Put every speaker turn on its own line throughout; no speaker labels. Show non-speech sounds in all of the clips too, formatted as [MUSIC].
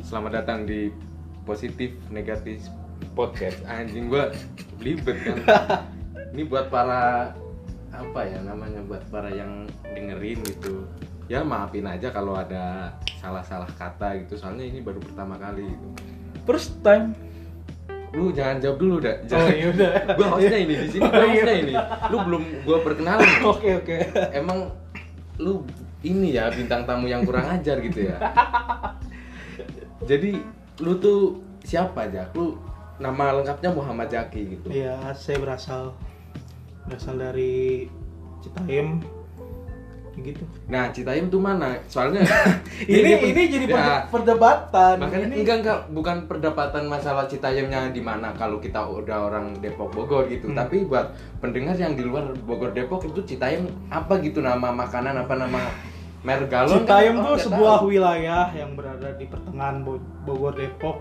Selamat datang di positif negatif
podcast
anjing gua belibet
[LAUGHS]
kan. Ini buat para apa ya namanya buat para yang dengerin gitu. Ya maafin aja kalau ada salah-salah kata gitu. Soalnya ini baru pertama kali gitu.
First time.
Lu jangan jawab dulu, dah.
Oh,
Jangan.
iya udah.
Gua hostnya ini di sini, gua
Oh, iya. Oh,
hostnya ini. Lu belum gua perkenalan.
Oke, oke.
Emang lu ini ya bintang tamu yang kurang ajar gitu ya. Jadi lu tuh siapa aja? Lu nama lengkapnya Muhammad Zaki gitu.
Iya, saya berasal berasal dari Citaim gitu.
Nah, Citaim tuh mana? Soalnya
[LAUGHS] Ini
per-
ini jadi
Ya,
perde- perdebatan.
makanya
ini
enggak enggak bukan perdebatan masalah Citayamnya di mana kalau kita udah orang Depok Bogor gitu.
Hmm.
Tapi buat pendengar yang di luar Bogor Depok itu Citayam apa gitu nama makanan apa nama merek galon? kan
Citayam
orang
tuh
nggak
sebuah
tahu.
wilayah yang berada di pertengahan Bo- Bogor Depok.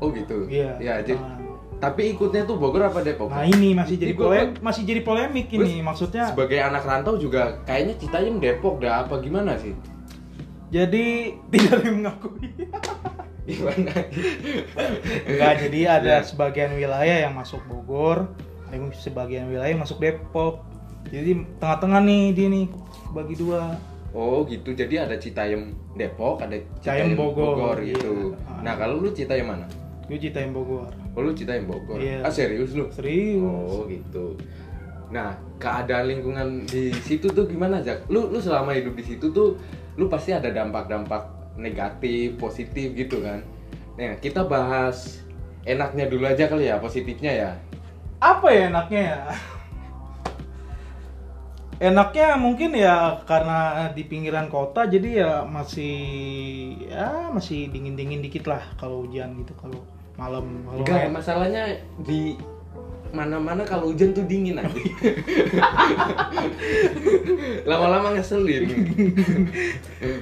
Oh gitu.
Iya.
Ya, jadi
pertengahan.
Tapi ikutnya tuh Bogor apa Depok?
Nah, ini masih jadi
Ini gua- kan
polemik, masih jadi polemik
Terus,
ini maksudnya.
Sebagai anak rantau juga kayaknya Citayam Depok dah apa gimana sih? [LAUGHS]
Jadi [LAUGHS] tidak ada yang mengakui.
Gimana?
Enggak, jadi
[LAUGHS]
ada
Ya.
sebagian wilayah yang masuk Bogor, ada yang sebagian wilayah yang masuk Depok. Jadi tengah-tengah nih dia nih bagi dua.
Oh gitu. Jadi ada Citayam Depok, ada
Citayam
Citayam Bogor,
Bogor,
gitu.
iya.
Nah, kalau lu Citayam mana?
Gue Citayam Bogor.
Oh, lu Citayam Bogor.
Iya.
Ah, serius lu?
Serius.
Oh, gitu. Nah, keadaan lingkungan di situ tuh gimana, Jak? Lu lu selama hidup di situ tuh lu pasti ada dampak-dampak negatif, positif gitu kan. Nah, kita bahas enaknya dulu aja kali ya, positifnya ya.
Apa ya enaknya ya? [LAUGHS] Enaknya mungkin ya karena di pinggiran kota jadi ya masih ya masih dingin-dingin dikit lah kalau hujan gitu kalau malam kalau
Enggak, masalahnya di mana-mana kalau hujan tuh dingin
[LAUGHS]
aja. Lama-lama ngeselin.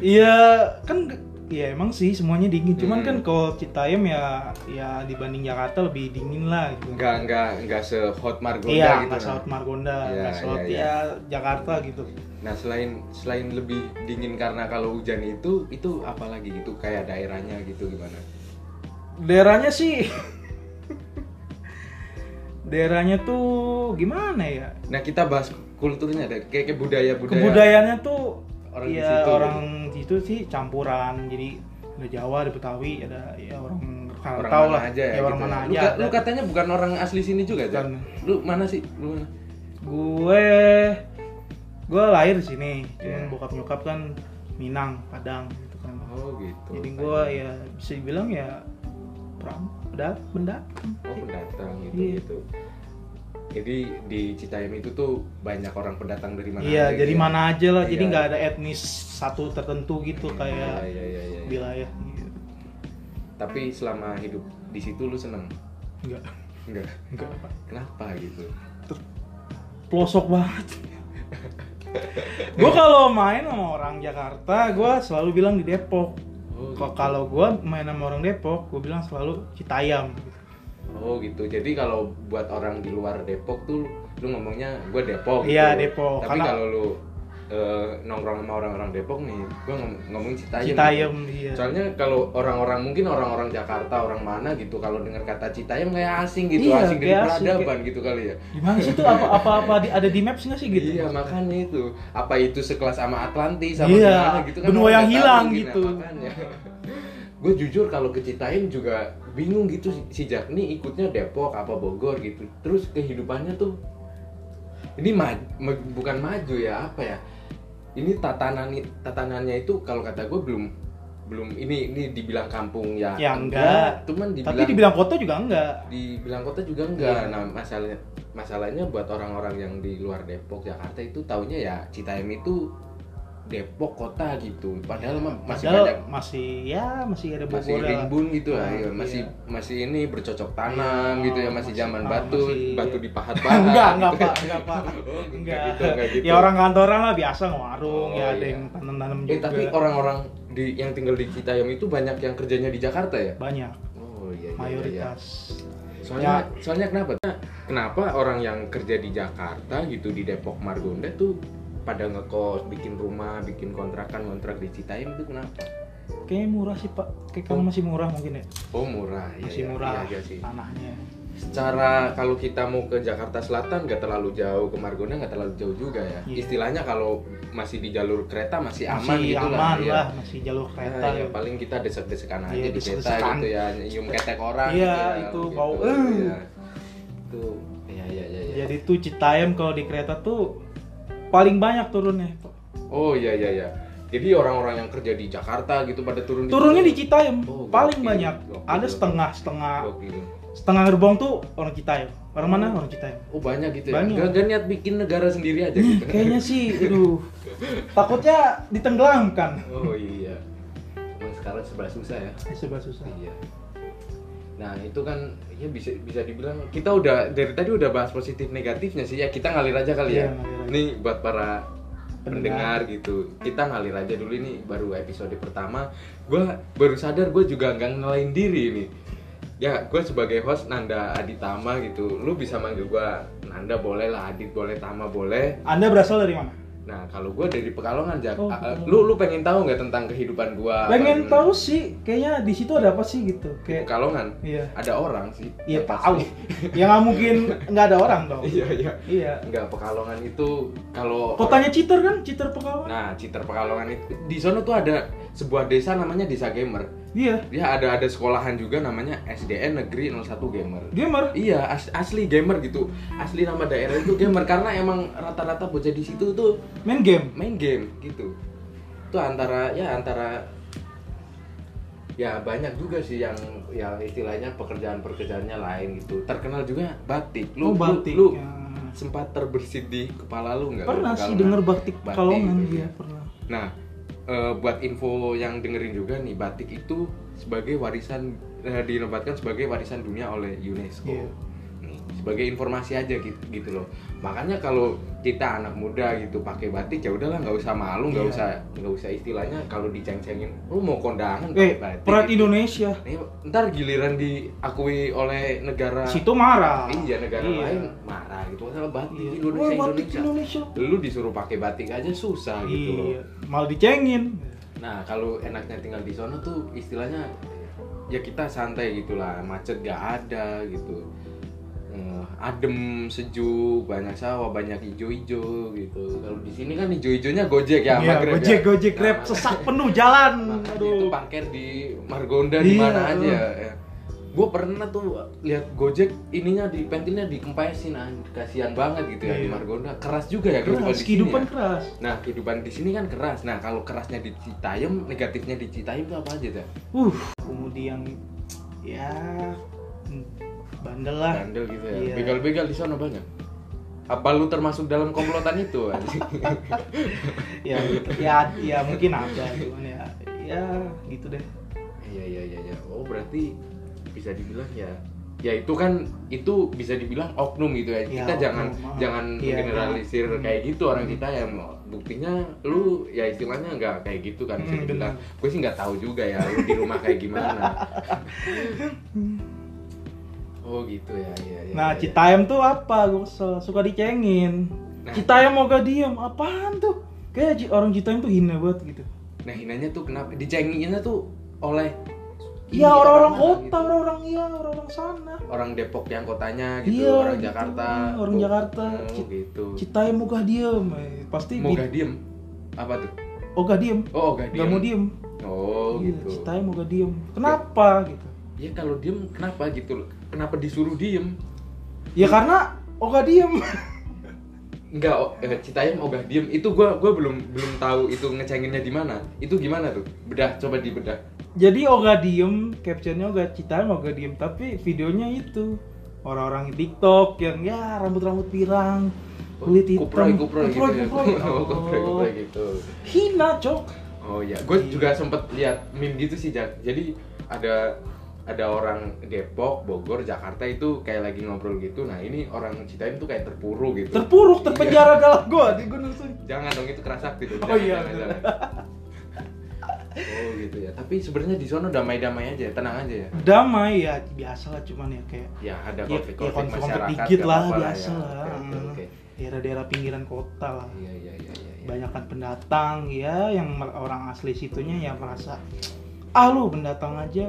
Iya kan ya emang sih semuanya dingin
Hmm.
cuman kan kalau Citayam ya ya dibanding Jakarta lebih dingin lah gitu.
Enggak, enggak, enggak se-hot Margonda
Iya,
gitu.
nggak
nah.
saut Margonda,
Iya,
nggak saut
iya,
ya Jakarta gitu.
Nah, selain selain lebih dingin karena kalau hujan itu itu apalagi gitu kayak daerahnya gitu gimana?
Daerahnya sih [LAUGHS] daerahnya tuh gimana ya?
Nah, kita bahas kulturnya deh, kayak kayak budaya-budaya.
Kebudayaannya tuh
Orang di
ya
situ. gitu.
orang situ sih campuran. Jadi ada Jawa, ada Betawi, ada ya orang
orang
tahu
mana
lah.
aja ya.
ya, orang
gitu
mana
ya.
aja.
Lu, ka-
ada.
lu katanya bukan orang asli sini juga, Jack?
Bukan.
Lu mana sih? Lu mana?
gue gue lahir di sini cuman
Iya.
bokap nyokap kan Minang Padang gitu kan
Oh, gitu.
jadi gue ya bisa dibilang ya perang benda benda
Oh pendatang gitu
Iya.
gitu. Jadi di Citayam itu tuh banyak orang pendatang dari mana?
iya
aja
jadi
gitu ya?
mana aja lah jadi
Iya.
nggak ada etnis satu tertentu gitu
Iya
kayak
iya iya. iya.
wilayah gitu.
Tapi selama hidup di situ lu seneng?
nggak
Enggak.
nggak apa
Kenapa gitu?
pelosok banget gue kalau main sama orang Jakarta gue selalu bilang di Depok
Oh, gitu.
Kok kalau gue main sama orang Depok gue bilang selalu Citayam
Oh gitu. Jadi kalau buat orang di luar Depok tuh lu ngomongnya gue Depok.
Iya,
gitu.
Depok.
Tapi
Karena-
kalau lu eh, nongkrong sama orang-orang Depok nih, gue ngom ngomong Citayam.
Citayam
gitu.
iya
Soalnya kalau orang-orang mungkin orang-orang Jakarta orang mana gitu kalau dengar kata Citayam kayak asing gitu,
Iya,
asing dari
kayak asing,
peradaban gitu kali ya.
Gimana sih tuh apa apa apa di- ada di maps nggak sih gitu?
Iya makanya itu apa itu sekelas sama Atlantis sama
Iya,
gimana gitu kan
benua
orang
yang
nggak tahu
hilang
mungkin,
gitu.
nah, makanya. gue jujur kalau ke Citayam juga bingung gitu si- si Jakni ikutnya Depok apa Bogor gitu terus kehidupannya tuh ini ma- me- bukan maju ya apa ya ini tatanan tatanannya itu kalau kata gue belum belum ini ini dibilang kampung ya,
Ya, enggak.
cuman dibilang,
Tapi dibilang kota juga enggak.
dibilang kota juga
Iya.
enggak. Nah, masalahnya masalahnya buat orang-orang yang di luar Depok, Jakarta itu taunya ya Citayam itu Depok kota gitu. Padahal mah masih
Padahal
banyak
masih ya masih ada
masih
Bogor [LAUGHS] lah.
rimbun gitu lah,
Ah,
ya.
iya.
masih masih ini bercocok tanam
Iya,
gitu ya, masih
masih-
zaman
ah,
batu,
masih-
batu dipahat-pahat.
[LAUGHS] enggak,
gitu
enggak
kan.
Pak, enggak Pak.
Oh,
Enggak.
gitu, enggak [LAUGHS] gitu.
Ya orang kantoran lah biasa ngewarung,
Oh,
ya ada
iya.
yang tanam-tanam juga.
Eh, tapi orang-orang di yang tinggal di Citayam itu banyak yang kerjanya di Jakarta ya?
banyak
Oh iya iya, iya iya.
mayoritas.
Soalnya, soalnya kenapa? Nah, Kenapa orang yang kerja di Jakarta gitu di Depok Margonda tuh pada ngekos, bikin rumah, bikin kontrakan, kontrak di Citayam itu kenapa?
kayaknya murah sih pak kayak kalau masih murah mungkin ya
Oh murah, iya,
masih
iya,
murah
iya, iya sih.
tanahnya
Secara kalau kita mau ke Jakarta Selatan nggak terlalu jauh, ke Margonda nggak terlalu jauh juga ya.
Iya.
Istilahnya kalau masih di jalur kereta masih aman
masih
gitu
aman
iya.
lah masih jalur kereta
Ah, ya,
ya,
paling kita desek-desekan aja
Iya,
di kereta
desek-desekan.
gitu ya, nyium ketek orang. gitu
Iya,
ya,
itu
gitu,
bau,
iya.
eh.
Itu, iya iya iya. iya.
jadi tuh Citayam kalau di kereta tuh paling banyak turunnya
Oh iya iya iya. Jadi orang-orang yang kerja di Jakarta gitu pada turun
turunnya di Citayam
Oh,
paling
gokil,
banyak
gokil,
ada
gokil.
setengah setengah
Gokil.
setengah gerbong tuh orang Citayam orang mana orang Citayam
Oh banyak gitu ya.
Banyak.
Gak, gak niat bikin negara sendiri aja gitu.
kayaknya sih aduh takutnya ditenggelamkan
Oh iya. Cuman sekarang serba susah ya.
Eh, serba susah
Iya. Nah itu kan ya bisa bisa dibilang kita udah dari tadi udah bahas positif negatifnya sih ya kita ngalir aja kali ya.
Iya, ngalir aja.
Nih buat para
Pendengar.
pendengar gitu kita ngalir aja dulu ini baru episode pertama gue baru sadar gue juga nggak ngelain diri ini ya gue sebagai host Nanda Aditama gitu lu bisa manggil gue Nanda boleh lah Adit boleh Tama boleh
anda berasal dari mana
Nah, kalau gue dari Pekalongan, Jak.
Oh,
Ah, ah,
Pekalongan.
lu lu pengen tahu nggak tentang kehidupan gue?
pengen tahu sih kayaknya di situ ada apa sih gitu kayak
Pekalongan.
Iya.
Ada orang sih.
Iya
Pasti.
tahu. ya nggak mungkin nggak ada orang dong.
Iya, iya.
Iya.
Enggak, Pekalongan itu kalau
Kotanya Citer kan, Citer Pekalongan.
Nah, Citer Pekalongan itu di sana tuh ada sebuah desa namanya Desa Gamer.
Iya.
Dia ada ada sekolahan juga namanya SDN Negeri 01 Gamer.
Gamer.
Iya, as- asli gamer gitu. Asli nama daerah itu gamer karena emang rata-rata bocah di situ tuh
Main game.
main game gitu itu antara ya antara ya banyak juga sih yang yang istilahnya pekerjaan pekerjaannya lain gitu terkenal juga batik lu
Oh,
lu-
batik,
lu,
ya.
sempat terbersit di kepala lu nggak
Pernah
lu
sih
Pekalongan?
denger batik Pekalongan
gitu.
iya pernah.
nah eh, buat info yang dengerin juga nih batik itu sebagai warisan eh, dinobatkan sebagai warisan dunia oleh UNESCO
Iya.
Nih, sebagai informasi aja gitu, gitu loh makanya kalau kita anak muda gitu pakai batik ya udahlah nggak usah malu nggak
Iya.
usah nggak usah istilahnya kalau diceng-cengin lu mau kondangan pakai
Eh, perat
gitu.
Indonesia.
Nih, ntar giliran diakui oleh negara
Situ marah.
iya negara
Iya.
lain marah gitu masalah batik
Iya.
Indonesia
Wah, batik
Indonesia
Indonesia.
lu disuruh pakai batik aja susah gitu loh
Iya. Malah dicengin.
Nah, kalau enaknya tinggal di sono tuh istilahnya ya kita santai gitulah, macet gak ada gitu. Eh, adem, sejuk, banyak sawah, banyak ijo-ijo gitu. Kalau di sini kan ijo-ijonya Gojek ya,
Iya,
sama Grab
Gojek,
ya.
Gojek,
Nah, gitu,
Grab
makanya-
sesak penuh jalan.
makanya itu
Aduh.
parkir di Margonda
Iya,
di mana aja
aduh.
ya. Gue pernah tuh lihat Gojek ininya di pentilnya dikempesin, anj- kasihan banget gitu ya di
Iya.
Margonda. Keras juga ya kehidupan
Keras,
di sini
kehidupan
ya.
keras.
Nah, kehidupan di sini kan keras. Nah, kalau kerasnya di Citayam, negatifnya di Citayam itu apa aja, Teh?
Uh, kemudian ya bandel lah.
Bandel gitu ya.
Iya.
Begal-begal di sana banyak. Apa lu termasuk dalam komplotan itu? anjing?
ya ya ya mungkin ada cuman ya ya gitu deh
Iya, iya, iya, iya. Oh, berarti bisa dibilang ya ya itu kan itu bisa dibilang oknum gitu ya.
Ya,
Kita
oknum,
jangan
maaf.
jangan
Iya, Hmm.
generalisir
maaf.
kayak gitu orang Citayam. Buktinya lu ya istilahnya nggak kayak gitu kan bisa
Hmm,
dibilang. Gue sih nggak tahu juga ya lu di rumah kayak
[LAUGHS]
gimana. Oh gitu ya, iya, iya,
nah
iya, iya.
Citayam tuh apa gue kesel suka dicengin
Nah.
Citayam mau gak diem apaan tuh kayak Ci- orang Citayam tuh hina banget gitu
Nah hinanya tuh kenapa? Dicenginnya tuh oleh ini,
ya orang-orang
mana
kota
Iya, gitu.
orang-orang iya orang-orang sana
Orang Depok yang kotanya gitu,
Iya,
orang
gitu.
Jakarta
Orang
Oh,
Jakarta.
oh, gitu
Citayam mau gak diem eh, pasti
Mau
di-
gak diem? Apa tuh?
oh gak diem
Oh gak diem
gak mau diem
Oh
Iya,
gitu
Citayam mau gak diem kenapa gitu
Ya kalau diem kenapa gitu loh? Kenapa disuruh diem?
ya karena oh gak diem [LAUGHS]
Enggak, oh, eh, Citayam ogah diem itu gua gua belum belum tahu itu ngecenginnya di mana. Itu gimana tuh? Bedah, coba dibedah.
Jadi Oga diem, captionnya Oga Citayam Oga diem, tapi videonya itu orang-orang TikTok yang ya rambut-rambut pirang, kulit
Oh,
hitam,
Kuproy, kuproy, gitu.
kuproy.
ya. [LAUGHS] Oh, kuproy, kuproy
Oh,
gitu.
hina cok.
Oh iya, gue juga sempet lihat meme gitu sih, Jak. Jadi ada ada orang Depok, Bogor, Jakarta itu kayak lagi ngobrol gitu. Nah ini orang Citayam tuh kayak terpuruk gitu.
Terpuruk,
Iya.
terpenjara dalam gua di Gunung Sun.
Jangan dong itu keras sakti dong.
Oh iya,
jangan, jangan. Oh gitu ya. Tapi sebenarnya di sono damai-damai aja, tenang aja ya.
Damai ya biasa lah cuman ya kayak
Ya ada
ya- ya
konflik-konflik
konflik-konflik
masyarakat.
dikit
nggak
lah
apa-apa
biasa
ya.
lah. Hmm.
Oke, oke, oke.
Daerah-daerah pinggiran kota lah.
Iya iya iya iya. iya. Hmm.
Banyakan pendatang ya yang mer- orang asli situnya yang merasa ah lu pendatang aja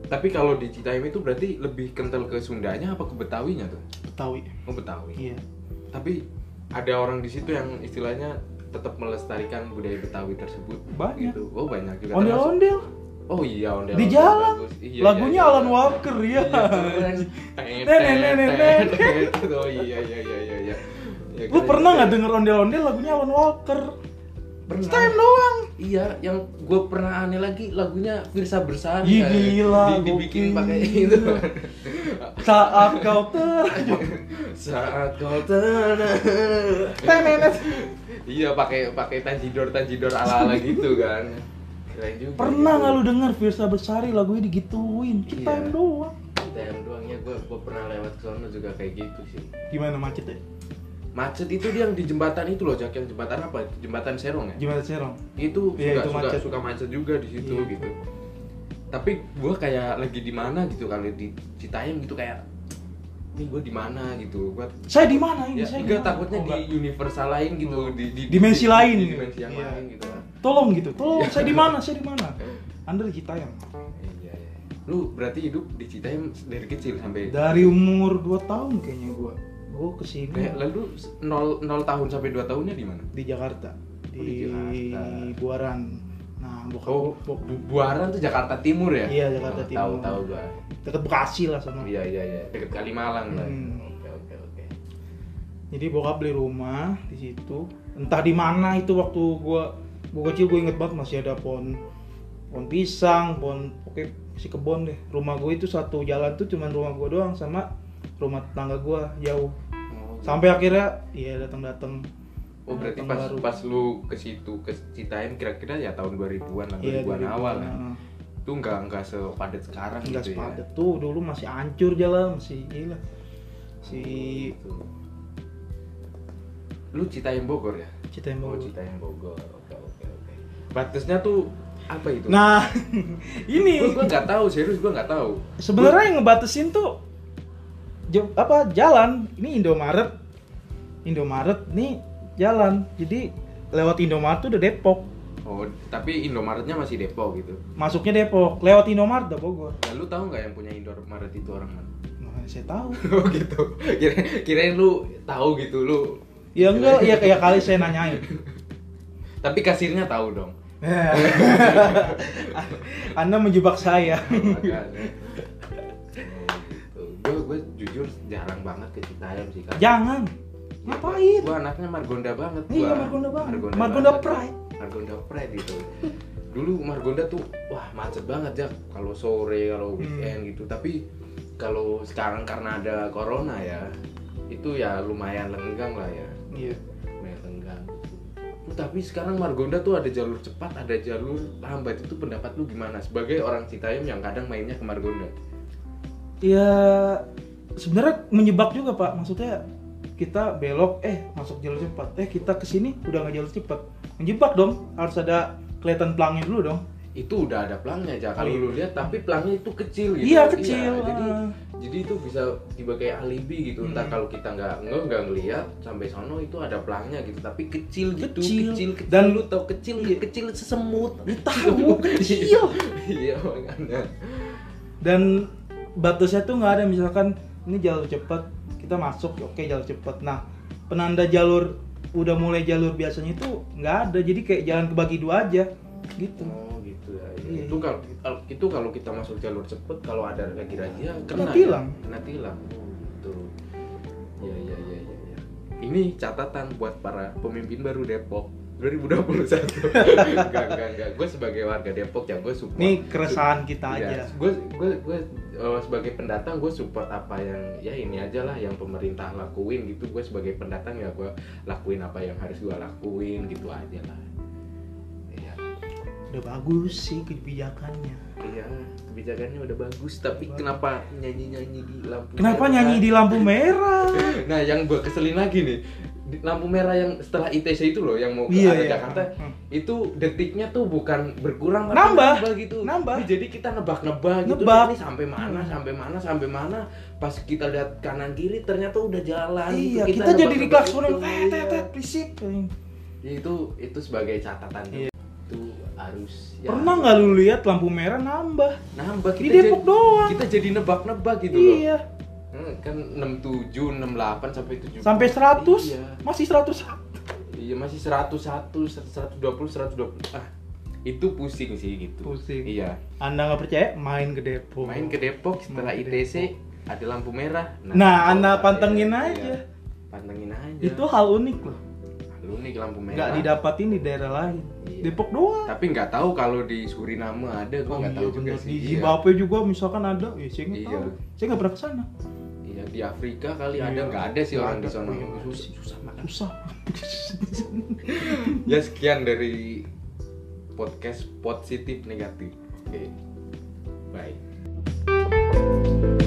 Tapi kalau di Citaim itu berarti lebih kental ke Sundanya apa ke Betawinya tuh?
Betawi
Oh Betawi.
iya
Tapi ada orang di situ yang istilahnya tetap melestarikan budaya Betawi tersebut.
Banyak.
Gitu. Oh banyak juga. Termasuk- Iya,
ondel-ondel
Oh iya ondel.
di jalan lagunya Alan Walker
Iya,
ya
kan. Oh iya iya iya iya. iya. Ya,
lu
keren.
pernah nggak denger ondel-ondel lagunya Alan Walker
Pernah.
time doang
Iya, yang gue pernah aneh lagi lagunya Firsa Bersari.
Ih, gila,
Di- dibikin
gokil.
pakai itu.
saat kau terjun
Saat kau tenang.
Tenenet.
Iya, pakai pakai tanjidor tanjidor ala ala gitu kan. Keren juga.
[LAUGHS] pernah
gitu.
nggak lu denger Firsa Besari lagunya digituin
Iya.
kita time doang
TM doangnya gue gue ya, pernah lewat ke sana juga kayak gitu sih.
gimana macet ya
Macet itu dia yang di jembatan itu loh, Jack. Yang jembatan apa? Jembatan Serong ya?
gimana sih Rom
itu suka,
Iya, itu
suka,
macet.
suka macet juga di situ
Iya.
gitu tapi gue kayak lagi di mana gitu kali di Citayam gitu kayak ini gue di mana gitu gue
saya di mana ini
ya,
saya
enggak
di mana?
takutnya
Oh,
di
nggak.
universe lain gitu di, di,
Dimensi
di-
lain.
di dimensi yang
Iya.
lain gitu kan
tolong gitu tolong saya di mana saya di
[LAUGHS]
mana ya. anda di Citayam
iya iya lu berarti hidup di Citayam dari kecil sampai
dari umur 2 tahun kayaknya gua gua kesini
kayak lalu nol nol tahun sampai dua tahunnya di mana
di Jakarta
Oh,
di,
di Jakarta.
Buaran nah bokap
oh
bok-
Bu- Buaran tuh Jakarta Timur ya
Iya, Jakarta Timur. Nah.
tahu tahu gue
deket Bekasi lah sana
iya iya iya deket Kalimalang lah
Hmm.
oke oke oke
jadi bokap beli rumah di situ entah di mana itu waktu gua gua kecil gua inget banget masih ada pohon pohon pisang pohon oke si kebon deh rumah gua itu satu jalan tuh cuman rumah gua doang sama rumah tetangga gua jauh
Oh, gitu.
sampai akhirnya ya datang datang
Oh
Nah,
berarti pas pas lu ke situ ke Citaim kira-kira ya tahun 2000-an lah,
Iya,
2000-an awal kan. Itu enggak enggak sepadat sekarang
nggak
gitu
sepadet tuh dulu masih hancur jalan masih gila si
ya. Gitu. Lu Citaim Bogor ya?
Citayam
Oh,
Bogor.
Citaim Bogor. Oke oke oke. Batasnya tuh apa itu?
nah [LAUGHS] ini
gua gua nggak tahu, serius gua nggak tahu.
sebenarnya yang ngebatasin tuh jo- apa jalan ini Indomaret Indomaret nih jalan jadi lewat Indomaret tuh udah Depok
Oh, tapi Indomaretnya masih Depok gitu.
masuknya Depok lewat Indomaret udah Bogor
Nah, lu tahu nggak yang punya Indomaret itu orang mana? [LAUGHS]
Mana saya tahu
oh gitu. Kira kirain lu tahu gitu lu. gitu.
ya enggak
iya.
ya kayak kali saya nanyain
Tapi kasirnya tahu dong.
Anda menjebak saya
ya. gue gue Gitu. jujur jarang banget ke Citayam sih kan
jangan Ya, ngapain
gue anaknya Margonda banget gua.
Iya, Margonda banget. Margonda
banget.
Pride.
Margonda Pride gitu dulu Margonda tuh wah macet banget ya kalau sore
Hmm.
kalau weekend gitu tapi kalau sekarang karena ada corona ya itu ya lumayan lenggang lah ya
iya
lumayan lenggang Lu Hmm. tapi sekarang Margonda tuh ada jalur cepat, ada jalur lambat. Itu pendapat lu gimana sebagai orang Citayam yang kadang mainnya ke Margonda?
ya sebenarnya menyebak juga pak maksudnya kita belok eh masuk jalur cepat eh kita kesini udah nggak jalur cepat menjebak dong harus ada kelihatan pelangnya dulu dong
itu udah ada pelangnya aja kalau
Oh, iya.
lu lihat tapi pelangnya itu kecil gitu
Iya, kecil.
jadi
Ah. Hmm.
jadi itu bisa dipakai alibi gitu entah kalau kita nggak nggak nggak ngelihat sampai sono itu ada pelangnya gitu tapi kecil gitu
Kecil.
kecil,
Dan- Iya.
lu tau kecil kecil sesemut [LAUGHS]
Lu tahu, kecil.
iya makanya
dan batasnya tuh nggak ada misalkan ini jalur cepat kita masuk ya oke jalur cepat nah penanda jalur udah mulai jalur biasanya itu nggak ada jadi kayak jalan kebagi dua aja gitu
oh gitu ya
Iya.
itu kalau kalau- itu kalau kita masuk jalur cepet kalau ada lagi razia kena
Kena
ya?
tilang.
kena tilang oh, gitu ya ya ya ya ya ini catatan buat para pemimpin baru Depok 2021 [LAUGHS] enggak enggak enggak gue sebagai warga Depok ya gue support
ini keresahan kita
iya
aja
gue gue gue eh, sebagai pendatang gue support apa yang ya ini aja lah yang pemerintah lakuin gitu gue sebagai pendatang ya gue lakuin apa yang harus gue lakuin gitu aja lah Iya.
udah bagus sih kebijakannya
Iya, kebijakannya udah bagus, tapi kenapa nyanyi-nyanyi di lampu
kenapa
merah?
nyanyi di lampu merah
Nah, yang gue keselin lagi nih, di lampu merah yang setelah ITC itu loh, yang mau ke
Iya,
arah
iya.
Jakarta,
Hmm.
itu detiknya tuh bukan berkurang, tapi
Nambah,
gitu.
nambah.
Ini jadi kita nebak-nebak gitu,
Nebak. Hmm.
ini sampai mana, sampai mana, sampai mana. Pas kita lihat kanan kiri, ternyata udah jalan.
iya
gitu.
kita, jadi di
nebak-nebak
klaksonin
gitu,
tet tet
iya.
tet, berisik
Ya, itu itu sebagai catatan
Iya.
itu harus ya,
Pernah nggak lu lihat lampu merah nambah?
nambah
Di Depok
jadi-
doang.
kita jadi nebak-nebak gitu loh
iya.
Hmm, kan 67, 68 sampai 70
Sampai 100
iya.
masih 100.
Iya masih 101, 120, 120 ah itu pusing sih gitu.
Pusing.
Iya.
Anda nggak percaya main ke Depok.
Main ke Depok setelah
Main ke
ITC ada lampu merah. kalau
Nah, Anda
ada-
pantengin
iya,
aja.
Pantengin aja.
Itu hal unik loh.
lu nih lampu merah.
Nggak didapatin di daerah lain.
Iya.
Depok doang.
Tapi nggak tahu kalau di Suriname ada, gua nggak tahu juga
Oh, bener.
sih.
Di
Iya.
Zimbabwe juga misalkan ada, ya saya nggak
Iya.
tahu. Saya nggak pernah ke sana.
Iya, di Afrika kali
Iya.
ada nggak ada sih
Nggak
orang di
ada.
sana.
Iya,
Susah, susah banget.
Susah.
[LAUGHS] Ya sekian dari podcast positif negatif. Oke. Bye.